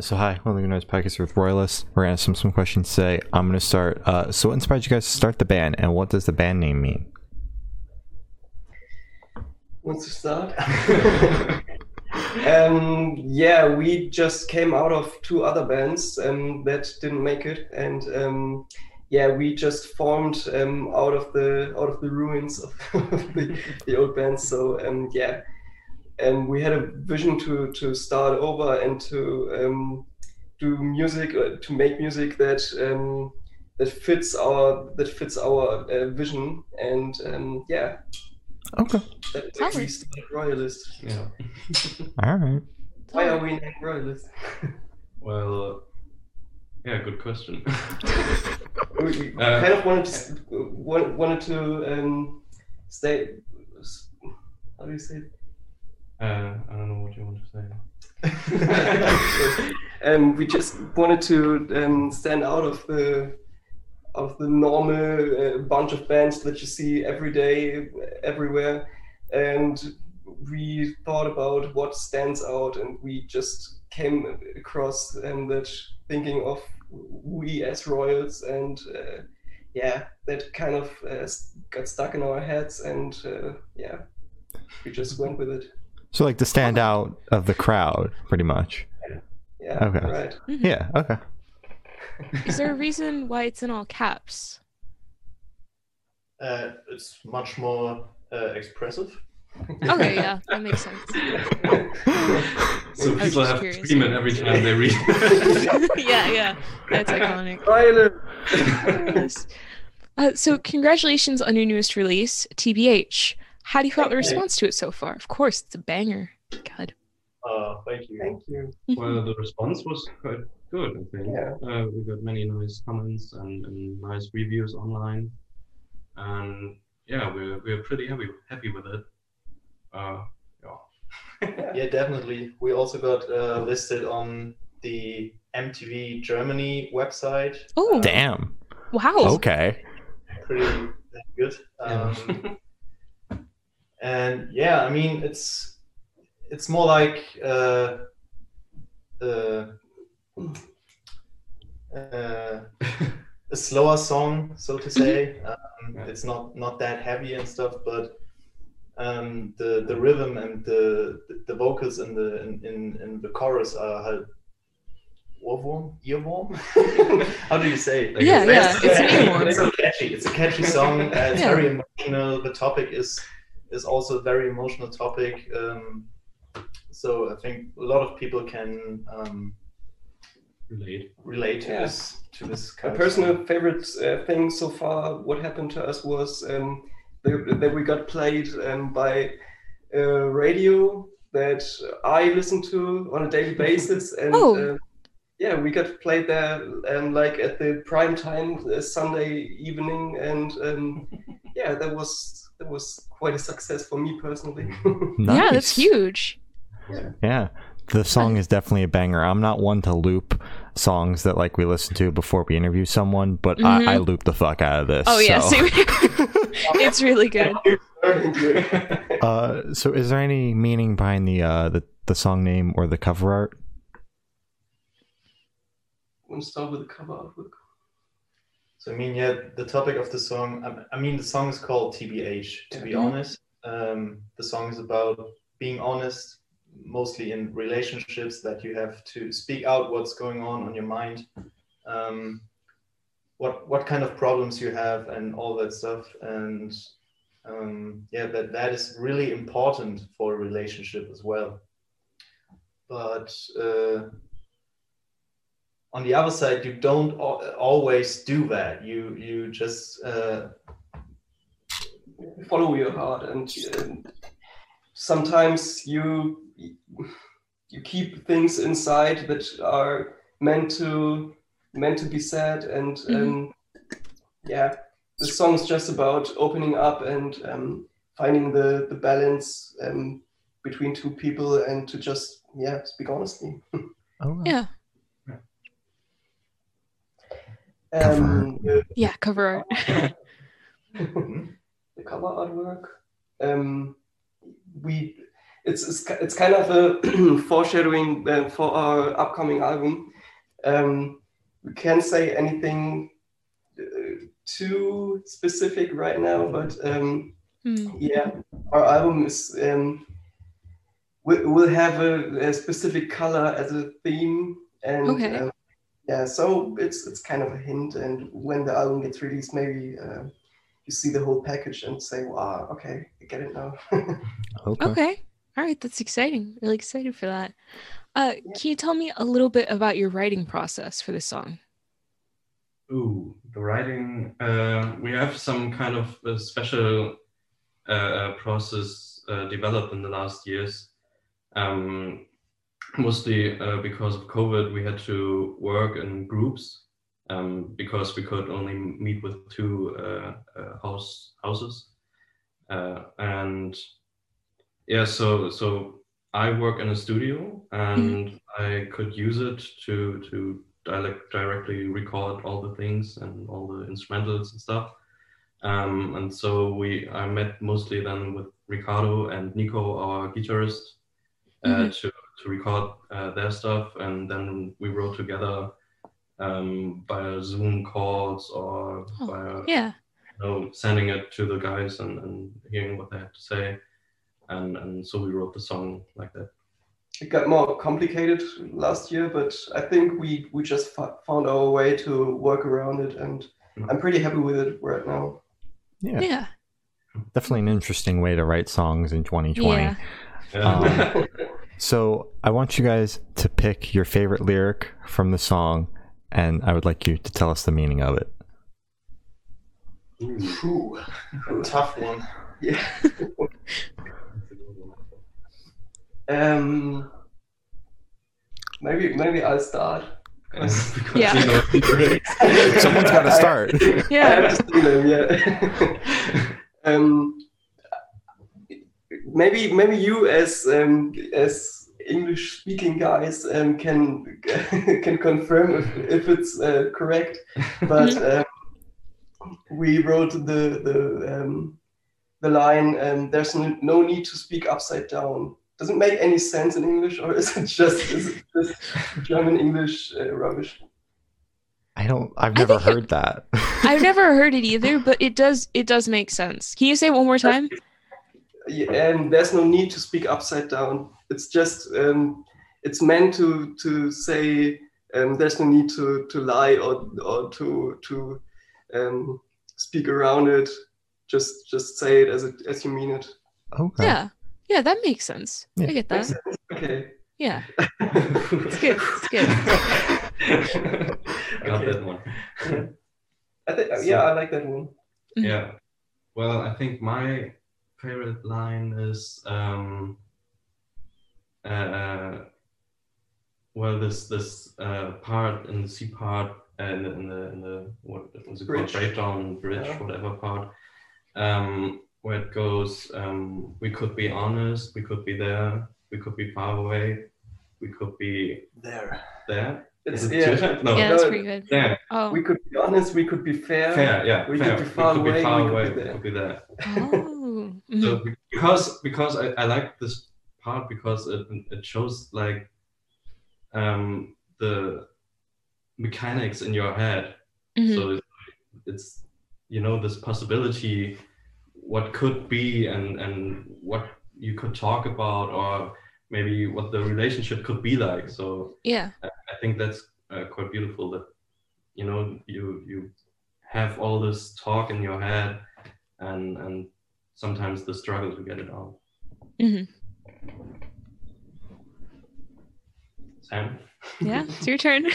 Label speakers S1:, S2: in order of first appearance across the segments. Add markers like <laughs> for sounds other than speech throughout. S1: so hi, welcome to Noise Podcast with Royalists. We're gonna ask them some questions today. I'm gonna start. Uh, so what inspired you guys to start the band, and what does the band name mean?
S2: Wants to start? <laughs> um, yeah, we just came out of two other bands um, that didn't make it, and um, yeah, we just formed um, out of the out of the ruins of <laughs> the, the old band. So um, yeah, and we had a vision to to start over and to um, do music uh, to make music that um, that fits our that fits our uh, vision. And um, yeah,
S1: Okay,
S2: that
S3: Solid.
S2: we started Royalist.
S4: Yeah.
S1: all right.
S2: Why are we named Royalist?
S4: Well, yeah, good question. <laughs>
S2: we we
S4: Uh,
S2: kind of wanted to s- wa- wanted to um, stay. s- How do you say? it?
S4: uh, I don't know what you want
S3: <laughs>
S4: to say.
S2: <laughs> um, we just wanted to um, stand out of the of the normal uh, bunch of bands that you see every day everywhere, and we thought about what stands out, and we just came across um, that thinking of we as royals, and uh, yeah, that kind of uh, s- got stuck in our heads, and uh, yeah, we just went with it.
S1: So like the standout of the crowd, pretty much.
S2: Yeah,
S1: Okay.
S2: right.
S1: Yeah. Okay.
S3: Is there a reason why it's in all
S1: <laughs>
S3: caps?
S5: Uh, it's much more uh, expressive.
S3: Okay, yeah, that makes sense. <laughs>
S4: So
S3: was
S4: people
S3: just
S4: have to
S3: curious.
S4: scream it every time
S3: <laughs>
S4: they read.
S3: yeah, yeah, that's iconic.
S2: Violet.
S3: Yes. Uh, so, congratulations on your newest release, TBH. How do you feel about the
S2: Thank you.
S3: response to it so far? Of course, it's a banger. God. Mm-hmm.
S5: Uh, thank you.
S2: Thank you.
S4: well, the response was quite good, I think.
S2: Yeah.
S4: Uh, we got many nice comments and, and nice reviews online, and yeah, we're we're pretty happy happy with it. Uh,
S5: Yeah, definitely. We also got uh, listed on the MTV Germany website.
S3: Oh,
S1: Damn.
S3: wow.
S1: Okay.
S5: Pretty good. Um, and yeah, I mean, it's it's more like uh, uh, uh, a slower song, so to say. Um,
S4: Yeah.
S5: It's not not that heavy and stuff, but um, the the rhythm and the the vocals in the in, in, in the chorus are halt Ohrwurm? <laughs> Earworm? How do you say it?
S3: Yeah, yeah,
S5: It's,
S3: it's an earworm.
S5: it's so catchy. It's a catchy song. Uh, it's
S3: Yeah.
S5: very emotional. The topic is is also a very emotional topic. Um, so I think a lot of people can um,
S4: relate.
S5: relate to
S2: Yeah.
S5: this to this.
S2: My
S5: kind of song.
S2: personal favorite uh, thing so far, what happened to us was um, that, that we got played um, by uh, radio that I listen to on a daily basis, and
S3: Oh.
S2: uh, yeah, we got played there um, like at the prime time uh, Sunday evening, and um, yeah, that was that was quite a success for me personally. <laughs>
S3: Yeah,
S1: Nice.
S3: that's huge.
S1: Yeah. The song is definitely a banger. I'm not one to loop songs that like we listen to before we interview someone, but
S3: Mhm.
S1: I, I loop the fuck out of this.
S3: Oh, yeah,
S1: so.
S3: see, <laughs> it's really
S1: <laughs>
S3: good.
S1: Uh, so is there any meaning behind the uh the, the song name or the cover art?
S2: Want to start with the cover artwork?
S5: So I mean, yeah, the topic of the song. I, I mean, the song is called TBH. To be
S3: Mhm.
S5: honest, um, the song is about being honest, mostly in relationships that you have to speak out what's going on on your mind, um, what what kind of problems you have, and all that stuff. And um, yeah, that that is really important for a relationship as well. But uh, on the other side you don't al- always do that you you just uh,
S2: follow your heart and, um sometimes you you keep things inside that are meant to meant to be said and um, yeah the song's just about opening up and um, finding the the balance um, between two people and to just yeah speak honestly
S1: Oh,
S3: Yeah,
S2: um, the,
S3: yeah, cover art.
S2: the cover artwork. Um, we it's it's, it's kind of a <clears throat> foreshadowing uh, for our upcoming album. Um, we can't say anything uh, too specific right now, but um,
S3: Hmm.
S2: yeah, our album is um, will will have a, a specific color as a theme, and
S3: Okay.
S2: um, yeah, so it's it's kind of a hint. And when the album gets released, maybe uh, you see the whole package and say, "Wow, okay, I get it now." <laughs>
S1: Okay.
S3: Okay. All right. That's exciting. Really excited for that. Uh, Can you tell me a little bit about your writing process for this song?
S4: Ooh, the writing. Uh, we have some kind of uh special uh, uh, process uh, developed in the last years. Um, mostly uh, because of COVID, we had to work in groups um, because we could only meet with two uh, uh, house houses. Uh, and yeah, so so I work in a studio and I could use it to to direct, directly record all the things and all the instrumentals and stuff. Um, and so we I met mostly then with Ricardo and Nico, our guitarist, uh,
S3: Mhm.
S4: to to record uh, their stuff, and then we wrote together um, via Zoom calls or
S3: Oh,
S4: via
S3: Yeah.
S4: know, sending it to the guys and, and hearing what they had to say. And, and so we wrote the song like that.
S2: it got more complicated last year, but I think we we just f- found our way to work around it, and I'm pretty happy with it right now.
S1: Yeah.
S3: Yeah.
S1: Definitely an interesting way to write songs in 2020.
S3: Yeah.
S2: Oh.
S4: Yeah.
S2: <laughs>
S1: So I want you guys to pick your favorite lyric from the song, and I would like you to tell us the meaning of it.
S4: <laughs> Ooh,
S5: Phew, tough one.
S2: Yeah. <laughs>
S4: that's a good one.
S2: Um. Maybe maybe I'll start.
S4: And <laughs>
S3: <laughs>
S4: because,
S3: Yeah.
S4: you know, it's really-
S1: Someone's got to
S3: <laughs>
S1: start.
S2: I
S3: Yeah.
S2: have to steal them, yeah. <laughs> um, maybe maybe you as um, as English speaking guys um, can <laughs> can confirm if, if it's uh, correct, but um, we wrote the the um, the line. Um, There's no, no need to speak upside down. Does it make any sense in English, or is it just is it just German English uh, rubbish?
S1: I don't. I've
S3: I
S1: never
S3: think it-
S1: heard that.
S3: I've never heard it either, but it does it does make sense. Can you say it one more time?
S2: Yeah, and there's no need to speak upside down. It's just um, it's meant to to say um, there's no need to to lie or or to to um, speak around it. Just just say it as it as you mean it.
S1: <laughs> okay.
S3: Yeah. Yeah, that makes sense.
S1: Yeah.
S3: I get
S2: Makes
S3: that.
S2: sense? Okay.
S3: Yeah. It's good. It's good.
S4: Got
S2: Okay.
S4: that one.
S2: I think yeah, I like that one. Mm-hmm.
S3: Mhm.
S4: Yeah. Well, I think my favorite line is um, uh, well this this uh, part in the C part and in the in the what was it
S2: Bridge.
S4: called breakdown bridge
S2: Yeah.
S4: whatever part um, where it goes um, we could be honest we could be there we could be far away we could be
S5: There.
S4: there
S2: It's
S4: Is
S5: <laughs>
S4: it
S2: yeah.
S4: different? <laughs> no
S2: no,
S3: Yeah, that's pretty good.
S4: there
S3: Oh.
S2: We could be honest. We could be fair.
S4: fair yeah
S2: We could
S4: fair
S2: be far
S4: we could
S2: away,
S4: be far
S2: we could
S4: away
S2: be
S4: we
S2: there.
S4: could be there
S3: Oh. Mhm.
S4: so be- because because I, I like this part because it it shows like um the mechanics in your head
S3: Mhm.
S4: so it's, it's you know this possibility what could be and and what you could talk about or maybe what the relationship could be like so
S3: Yeah.
S4: i think that's uh, quite beautiful that you know you you have all this talk in your head and and sometimes the struggle to get it out
S3: Mhm.
S4: sam
S3: Yeah. It's your turn.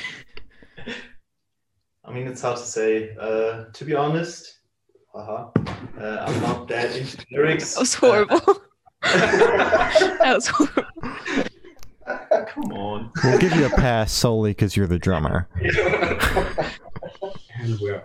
S5: I mean, it's hard to say. Uh, to be honest, haha, uh, I'm not that into
S3: <laughs>
S5: lyrics.
S3: That was horrible. that was <laughs> horrible.
S5: Come on.
S1: We'll give you a pass solely because you're the drummer.
S4: and we're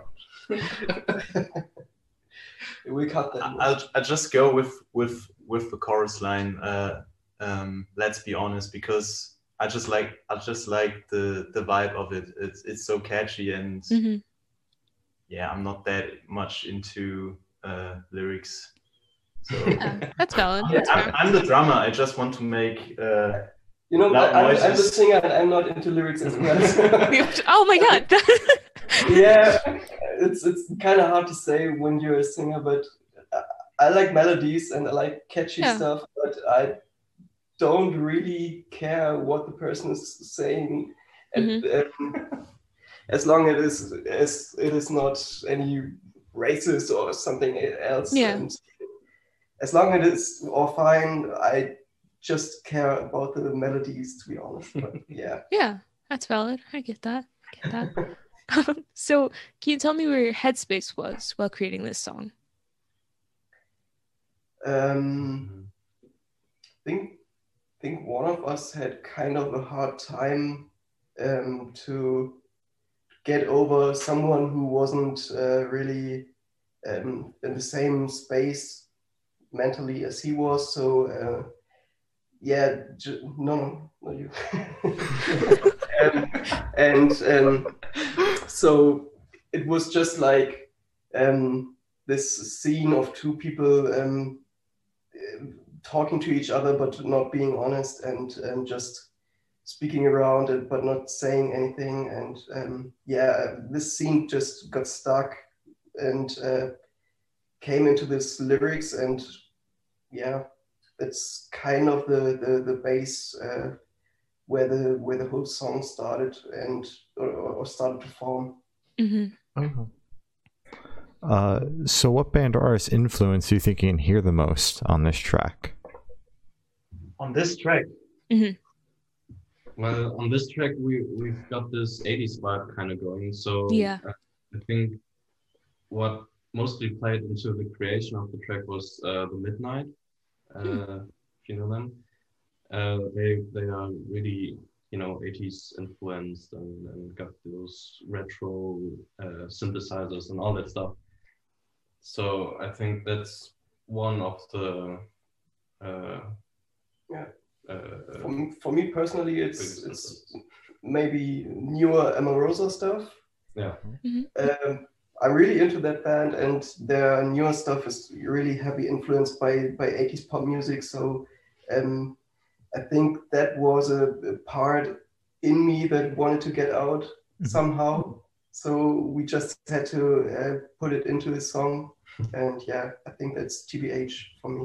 S2: We cut that.
S5: Uh, I-
S2: one.
S5: I'll, I'll just go with with with the chorus line. Uh, um, let's be honest, because I just like I just like the the vibe of it. It's it's so catchy and
S3: hmm
S5: yeah, I'm not that much into uh, lyrics.
S3: <laughs>
S5: So
S3: Yeah, that's valid.
S5: yeah,
S3: Oh, That's
S5: I'm,
S3: fair.
S5: I'm the drummer. I just want to make. Uh,
S2: You know,
S5: Loud
S2: I, I'm, I'm the
S5: noises.
S2: singer and I'm not into lyrics as well. <laughs>
S5: <laughs>
S3: We have to- oh my god. <laughs>
S2: yeah, it's it's kind of hard to say when you're a singer, but I, I like melodies and I like catchy
S3: Yeah.
S2: stuff, but I don't really care what the person is saying, and,
S3: Mm-hmm.
S2: um, as long as it is as it is not any racist or something else.
S3: Yeah.
S2: and as long as it is all fine, I just care about the melodies, to be honest. But yeah.
S3: yeah, that's valid. I get that. I get that. <laughs> Um, so, can you tell me where your headspace was while creating this song?
S2: Um, think think one of us had kind of a hard time um, to get over someone who wasn't uh, really um, in the same space mentally as he was. So uh, yeah, j- no, no, not you. <laughs> um, and um, so it was just like um, this scene of two people um, talking to each other but not being honest and um, just speaking around it but not saying anything and um, yeah this scene just got stuck and uh, came into this lyrics and yeah it's kind of the the, the base uh, where the where the whole song started and or, or started to form
S3: hmm
S1: Uh, so, what band or artist influence do you think you can hear the most on this track?
S5: on this track,
S4: Well, on this track, we we've got this '80s vibe kind of going. So
S3: Yeah.
S4: uh, I think what mostly played into the creation of the track was uh, the Midnight. Uh, If you know them, uh, they they are really you know '80s influenced and, and got those retro uh, synthesizers and all that stuff. So I think that's one of the. Uh,
S2: Yeah. for
S4: Uh,
S2: me, for me personally it's
S4: biggest
S2: it's
S4: influences.
S2: maybe newer Amorosa stuff
S4: yeah.
S2: Um, I'm really into that band, and their newer stuff is really heavily influenced by by 80s pop music. So um, I think that was a, a part in me that wanted to get out
S1: Mhm.
S2: somehow. So we just had to uh, put it into this song, and yeah, I think that's GBH for me.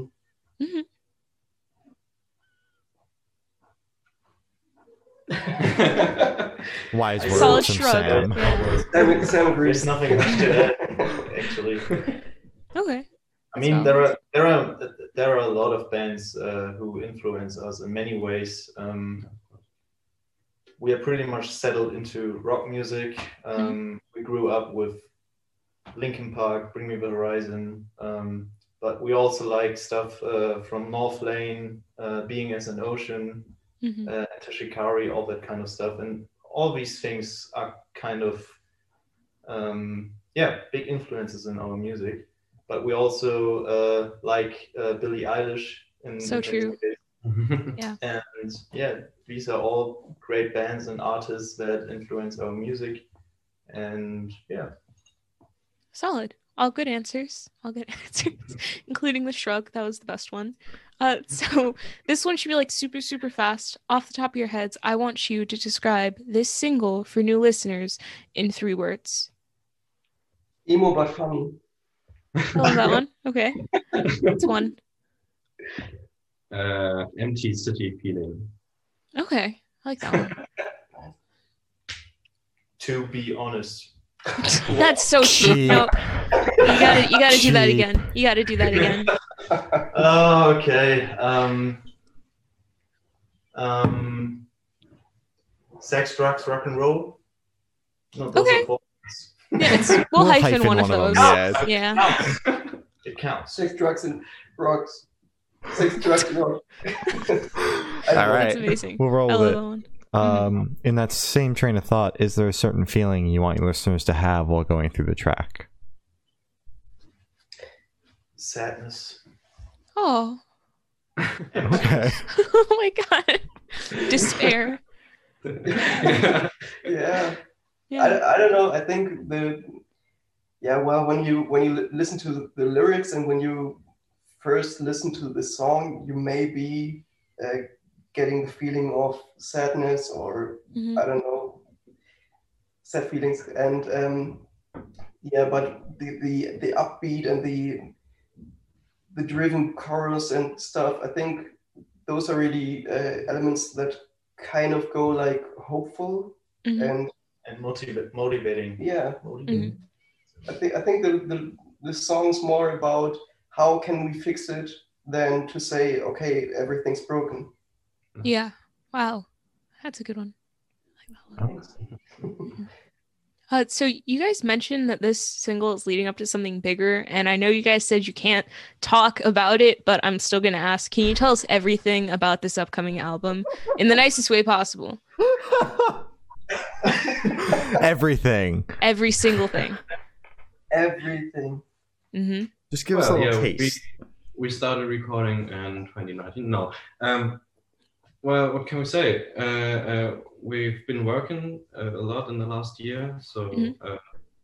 S1: Wise
S5: I-
S1: words
S3: Solid
S1: from
S3: shrug.
S1: Sam.
S3: Yeah.
S2: Sam, Sam agrees.
S5: there's nothing much to that actually.
S3: Okay.
S5: I mean, there are there are there are a lot of bands uh, who influence us in many ways. Um, we are pretty much settled into rock music. Um, we grew up with Linkin Park, Bring Me the Horizon, um, but we also like stuff uh, from North Lane, uh, Being as an Ocean,
S3: hmm
S5: uh, Tashikari, all that kind of stuff. And all these things are kind of, um, yeah, big influences in our music. But we also uh, like uh, Billie Eilish. In,
S3: So
S5: in-
S3: true.
S2: <laughs>
S5: And yeah, these are all great bands and artists that influence our music. And yeah,
S3: Solid. All good answers. All good <laughs> answers, including the shrug. That was the best one. Uh, so <laughs> this one should be like super, super fast. Off the top of your heads, I want you to describe this single for new listeners in three words.
S2: Emo but funny.
S3: I love <laughs> that one. Okay. That's one.
S4: <laughs> uh, empty city feeling.
S3: Okay. I like that one.
S5: to be honest,
S3: That's so cheap.
S1: Cheap.
S3: Nope. You gotta you gotta do that
S1: Cheap.
S3: again. You gotta do that <laughs> again.
S5: Oh, okay. Um, um, sex, drugs, rock and roll. No, those
S3: Okay.
S5: are four.
S3: Yeah, it's we'll, hyphen, one, of those.
S1: them, yeah.
S3: <laughs> Yeah.
S5: It counts.
S2: Sex, drugs, and rocks. Sex, drugs, and rocks. <laughs>
S1: All
S3: That's
S1: right.
S3: amazing.
S1: We'll roll
S3: I love
S1: with
S3: that
S1: it.
S3: one.
S1: Um, in that same train of thought, is there a certain feeling you want your listeners to have while going through the track?
S5: Sadness.
S3: Oh. <laughs>
S1: Okay.
S3: oh my god. Despair.
S4: <laughs>
S2: Yeah.
S3: Yeah.
S2: I, I don't know. I think the yeah. Well, when you when you li- listen to the lyrics and when you first listen to this song, you may be uh, getting the feeling of sadness or
S3: Mhm.
S2: I don't know, sad feelings. And um, yeah, but the, the the upbeat and the the driven chorus and stuff. I think those are really uh, elements that kind of go like hopeful
S3: Mhm.
S2: and
S5: and motiv- motivating.
S2: yeah.
S5: motivating.
S2: I think I think the, the the song's more about how can we fix it than to say okay everything's broken.
S3: Yeah. Wow. That's a good one. I like that one.
S1: Oh.
S3: Uh, so you guys mentioned that this single is leading up to something bigger, and I know you guys said you can't talk about it, but I'm still gonna ask. Can you tell us everything about this upcoming album in the nicest way possible?
S1: <laughs> Everything.
S3: Every single thing.
S2: Everything.
S3: hmm
S1: Just give us a
S4: Well,
S1: little
S4: yeah,
S1: taste.
S4: We, we started recording in 2019. No. Um, well, what can we say? Uh, uh, we've been working uh, a lot in the last year, so
S3: Mhm.
S4: uh,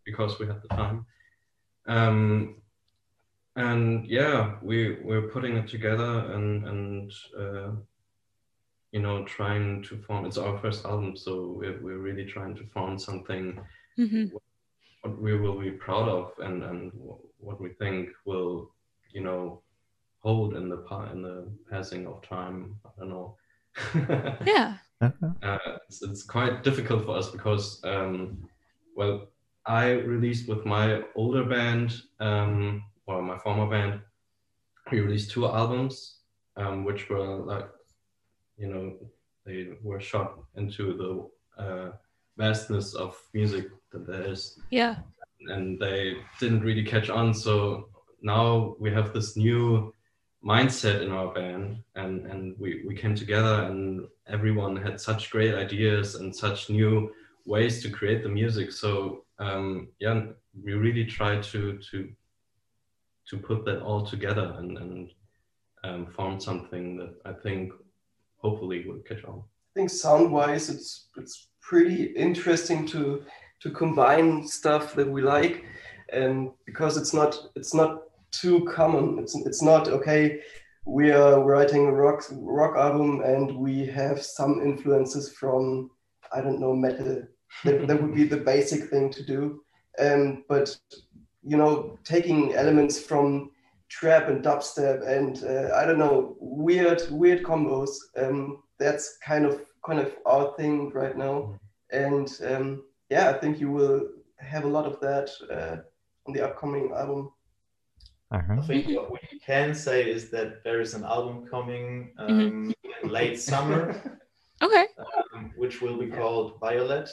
S4: because we had the time. Um, and yeah, we we're putting it together and and uh, you know trying to form. It's our first album, so we're, we're really trying to form something
S3: hmm
S4: what we will be proud of and, and wh- what we think will you know hold in the pa- in the passing of time i don't know <laughs>
S3: Yeah.
S4: uh, it's, it's quite difficult for us because um, well i released with my older band um, or my former band we released two albums um, which were like you know they were shot into the uh, vastness of music that there is
S3: Yeah.
S4: and they didn't really catch on. So now we have this new mindset in our band, and and we we came together, and everyone had such great ideas and such new ways to create the music. So um, yeah, we really try to to to put that all together and and um, form something that I think hopefully will catch on.
S2: I think sound wise it's it's pretty interesting to to combine stuff that we like and because it's not it's not too common it's it's not okay we are writing a rock rock album and we have some influences from i don't know metal that, that would be the basic thing to do um, but you know taking elements from trap and dubstep and uh, I don't know weird weird combos. Um, that's kind of kind of our thing right now, and um, yeah, I think you will have a lot of that uh, on the upcoming album.
S1: All
S5: I
S1: right.
S5: think what we can say is that there is an album coming um, in late summer,
S3: Okay.
S5: um, which will be called Violet.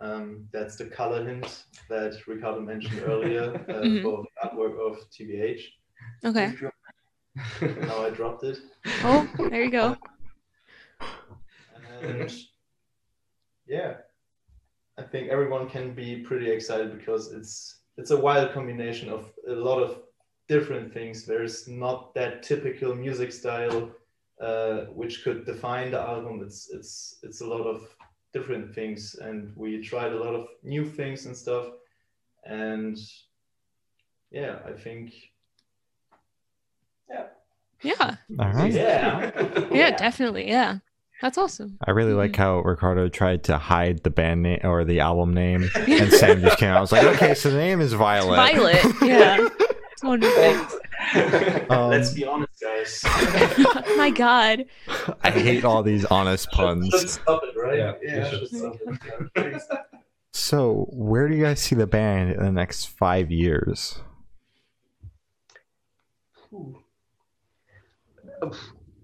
S5: Um, that's the color hint that Ricardo mentioned earlier uh,
S3: Mhm.
S5: for the artwork of TBH.
S3: Okay.
S5: Now I dropped it.
S3: <laughs> Oh, there you go.
S5: And <laughs> yeah, I think everyone can be pretty excited because it's it's a wild combination of a lot of different things. There's not that typical music style uh, which could define the album. It's it's it's a lot of different things, and we tried a lot of new things and stuff. And yeah, I think
S3: Yeah.
S1: All right.
S5: <laughs> yeah.
S3: Yeah. Definitely. Yeah. That's awesome.
S1: I really like how Ricardo tried to hide the band name or the album <laughs> name, and Sam just came out. I was like, okay, so the name is Violet.
S3: Violet. Yeah. It's one of the
S2: <laughs>
S1: Um,
S5: Let's be honest, guys.
S3: things. <laughs> My God.
S1: I hate all these <laughs> honest
S5: Should
S1: puns.
S5: stop it, right?
S4: Yeah,
S2: Yeah.
S5: should stop it.
S1: So, where do you guys see the band in the next five years?
S2: Ooh.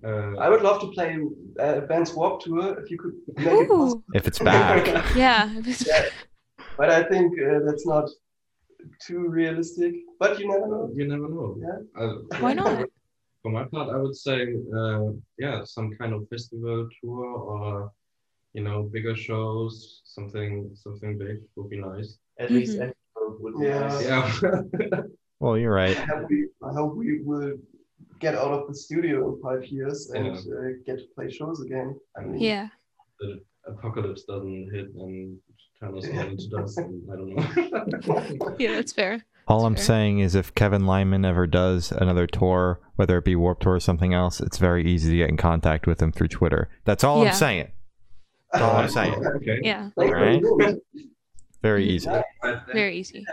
S4: Uh,
S2: I would love to play uh, Ben's Warp Tour if you could make it possible,
S3: Ooh.
S1: If it's back,
S3: Yeah.
S2: <laughs>
S3: <laughs>
S2: but I think uh, that's not too realistic. But you never know.
S4: You never know. Uh,
S2: Yeah.
S4: I-
S3: Why not?
S4: For my part, I would say, uh, yeah, some kind of festival tour or, you know, bigger shows, something, something big would be nice.
S3: Mm-hmm.
S5: At least any vote would be
S2: Yeah.
S5: nice.
S4: Yeah. <laughs>
S1: well, you're right.
S2: I hope we, I hope we will get out of the studio in five years and
S4: Yeah.
S2: uh, get to play shows again. I mean,
S3: Yeah.
S4: the apocalypse doesn't hit and turn us all into dust. And I don't know.
S3: Yeah. That's fair.
S1: All
S3: That's
S1: I'm
S3: fair.
S1: saying is if Kevin Lyman ever does another tour, whether it be Warp Tour or something else, it's very easy to get in contact with him through Twitter. That's all
S3: Yeah.
S1: I'm saying. <laughs> That's all I'm saying.
S4: <laughs> Okay.
S3: Yeah,
S2: Like,
S1: Right.
S2: <laughs> we-
S1: Very easy.
S4: But then-
S3: very easy.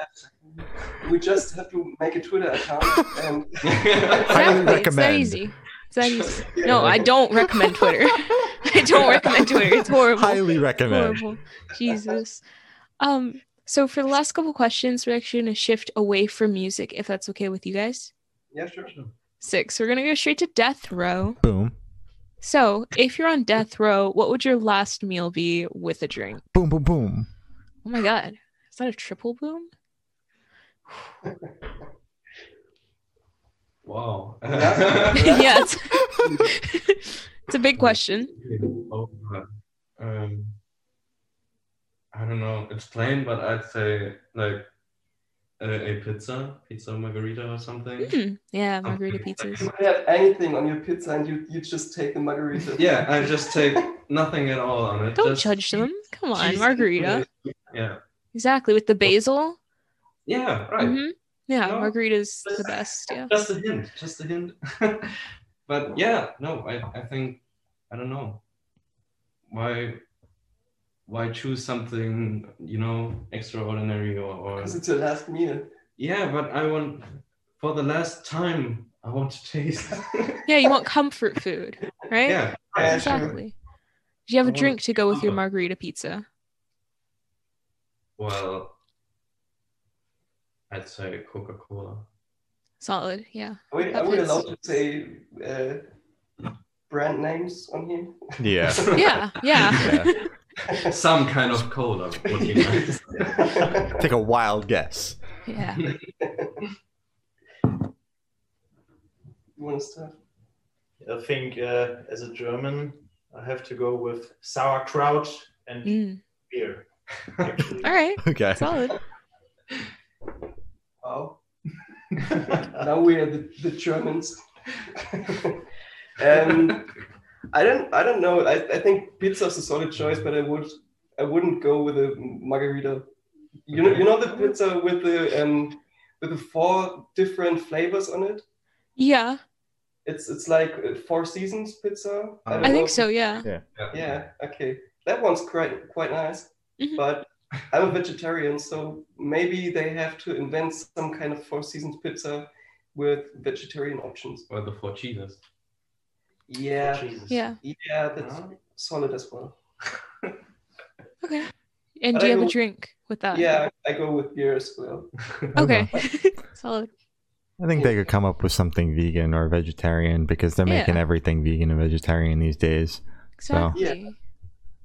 S2: We just have to make a Twitter account
S1: <laughs>
S2: and <laughs>
S1: Highly
S3: Exactly. It's that
S1: recommend.
S3: easy. It's that easy.
S1: <laughs>
S3: No, I don't recommend Twitter. <laughs> I don't recommend Twitter. It's horrible.
S1: Highly recommend.
S3: horrible. Jesus. Um. So for the last couple questions, we're actually going to shift away from music, if that's okay with you guys.
S2: yeah, sure. sure.
S3: Six. We're going to go straight to death row.
S1: Boom.
S3: So if you're on death row, what would your last meal be with a drink?
S1: Boom, boom, boom.
S3: Oh my god. Is that a triple boom?
S4: Wow. <laughs>
S3: <laughs> yeah.
S2: <laughs>
S3: It's, it's a big question.
S4: Oh, God. um, I don't know. It's plain, but I'd say like a, a pizza, pizza margarita or something.
S3: Hmm. Yeah, margarita
S4: Okay.
S3: pizzas.
S2: You could have anything on your pizza and you you just take the margarita.
S4: Yeah, I just take nothing at all on it.
S3: Don't
S4: just
S3: judge them. Come on,
S4: cheese-
S3: margarita.
S4: Yeah.
S3: Exactly, with the basil.
S4: Yeah. Right.
S3: hmm Yeah,
S4: No.
S3: margarita's the best. Yeah.
S4: Just a hint. Just a hint. <laughs> but yeah, no. I, I think I don't know. Why why choose something you know extraordinary or, or
S2: Because it's your last meal.
S4: Yeah, but I want for the last time I want
S3: <laughs>
S4: to taste.
S3: Yeah, you want comfort food, right?
S4: yeah.
S2: Yeah, sure.
S3: exactly. Do you have
S4: I
S3: a
S4: want
S3: drink to go with your
S4: comfort.
S3: margarita pizza?
S4: Well, I'd say Coca Cola.
S3: Solid. Yeah.
S2: Are we,
S3: That
S2: are we
S3: fits.
S2: allowed to say uh, brand names on here?
S1: Yeah.
S3: Yeah. Yeah.
S4: <laughs>
S1: yeah.
S4: Some kind of cola would
S2: <laughs>
S4: be nice.
S1: <laughs> Take a wild guess.
S3: <laughs>
S1: <laughs>
S3: yeah.
S2: you want to start?
S5: I think uh, as a German, I have to go with sauerkraut and
S3: Mm. <laughs>
S5: beer. Actually.
S3: All right.
S1: Okay.
S3: Solid.
S2: Wow. Oh. <laughs> now we are the, the Germans. <laughs> um, I don't I don't know. I, I think pizza's a solid choice, but I would I wouldn't go with a margarita. You know you know the pizza with the um with the four different flavors on it.
S3: Yeah.
S2: It's it's like uh, Four Seasons pizza.
S5: Uh-huh.
S2: don't
S3: I
S2: know.
S3: think so. Yeah.
S2: Yeah. Okay. That one's quite quite nice,
S3: Mhm.
S2: but I'm a vegetarian, so maybe they have to invent some kind of Four Seasons pizza with vegetarian options.
S4: Or the four
S3: <laughs>
S4: cheeses.
S2: Yeah.
S5: Jesus.
S3: Yeah.
S2: Yeah, that's solid as well.
S3: Okay. And
S2: I
S3: do you have a
S2: don't-
S3: drink with that?
S2: Yeah, I go with beer as well.
S4: <laughs>
S3: Okay. <laughs> Solid.
S1: I think they could come up with something vegan or vegetarian because they're making
S3: Yeah.
S1: everything vegan and vegetarian these days.
S3: Exactly.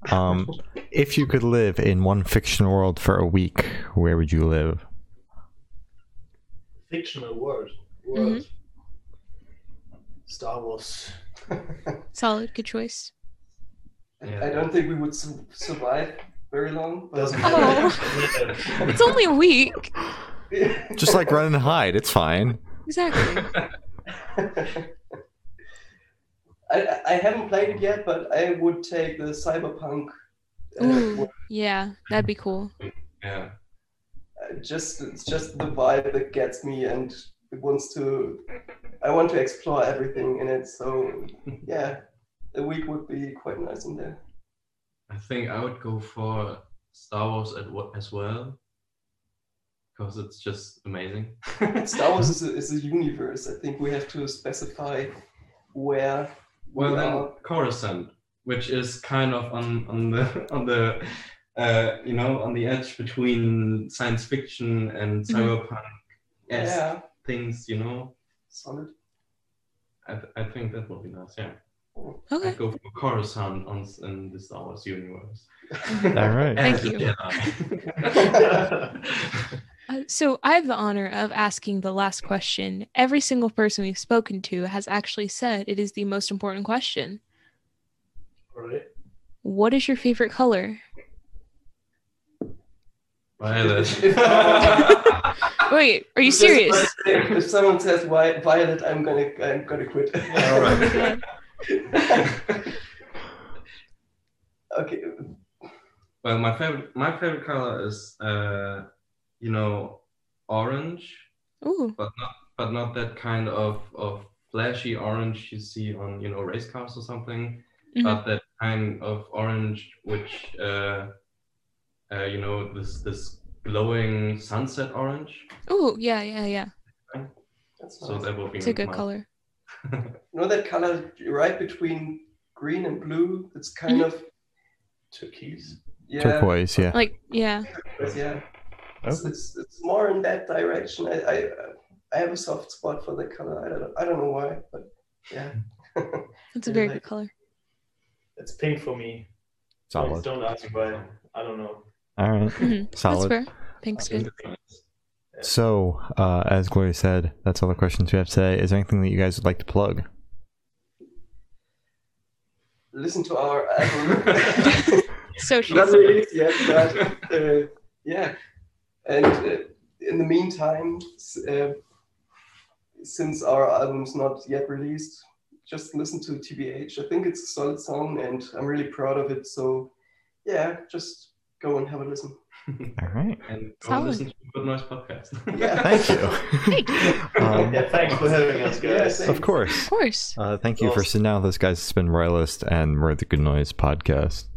S1: Um, if you could live in one fiction world for a week, where would you live?
S5: Fictional word. Word.
S3: Mm-hmm.
S5: Star Wars.
S3: Solid. Good choice.
S4: Yeah.
S2: I don't think we would su- survive very long. but- <laughs>
S5: Doesn't matter.
S3: <laughs> Oh, it's only a week.
S1: Just like run and hide, it's fine.
S3: Exactly.
S2: I, I haven't played it yet, but I would take the cyberpunk. uh,
S3: Ooh.
S2: world.
S3: Yeah. That'd be cool.
S4: Yeah.
S2: Uh, just it's just the vibe that gets me and it wants to i want to explore everything in it so yeah a week would be quite nice in there
S4: I think I would go for Star Wars at what as well. Because it's just amazing.
S2: star wars is a, is a universe i think we have to specify where
S4: Well, then
S2: Well-
S4: Coruscant, which is kind of on on the <laughs> on the uh, you know on the edge between science fiction and
S3: Mhm.
S4: cyberpunk esque
S2: yeah
S4: things, you know.
S2: solid
S4: I, th- I think that would be nice. Yeah,
S3: Okay.
S4: I'd go for Coruscant on s- in the Star Wars universe.
S1: All right.
S3: Thank
S4: As a
S3: you. <laughs>
S4: Jedi. <laughs>
S3: Uh, so I have the honor of asking the last question. Every single person we've spoken to has actually said it is the most important question.
S5: All right.
S3: What is your favorite color?
S4: Violet.
S3: Wait, are
S2: <laughs>
S3: you
S2: Just wanna
S3: serious?
S2: say, if someone says Wi- violet i'm gonna i'm gonna quit
S4: All
S3: Oh my
S4: right.
S3: God.
S2: <laughs> okay
S4: Well, my favorite my favorite color is uh, you know orange,
S3: Ooh,
S4: but not but not that kind of of flashy orange you see on you know race cars or something,
S3: Mhm.
S4: but that kind of orange which uh, uh, you know this this glowing sunset orange.
S3: ooh, yeah, yeah, yeah.
S2: That's
S4: So
S2: nice.
S4: that would be
S3: It's a good
S4: my-
S3: color.
S2: you know that color right between green and blue? It's kind
S3: Mm-hmm.
S2: of
S5: Turquoise.
S2: yeah,
S1: Turquoise, yeah.
S3: Like, yeah.
S2: turquoise, yeah. It's, it's, it's more in that direction. I, I I have a soft spot for the color. I don't I don't know why, but yeah.
S3: It's a
S5: Yeah,
S3: very
S5: like-
S3: good color.
S5: It's pink for me. Please
S1: Solid.
S5: Don't ask me why. I don't know.
S1: All right.
S3: Mhm. That's
S1: Solid.
S3: fair. Pink's good.
S1: So, uh, as Glory said, that's all the questions we have today. Is there anything that you guys would like to plug?
S2: Listen to our <laughs>
S1: <laughs>
S2: album.
S3: <laughs> So
S2: not
S3: cheap.
S2: released yet, but uh, yeah. And uh, in the meantime, s- uh, since our album's not yet released, just listen to TBH. I think it's a solid song, and I'm really proud of it. So yeah, just go and have a listen.
S1: All right.
S4: And go
S3: Solid.
S4: listen to Good Noise Podcast.
S1: <laughs>
S2: Yeah.
S1: Thank
S2: <laughs>
S1: you. <laughs> um,
S5: Yeah, thanks for having us, guys.
S2: Yes.
S1: of
S2: Thanks.
S1: course.
S3: Of course.
S1: Uh, thank you for sitting down with us, guys. It's been Royalist, and we're the Good Noise Podcast.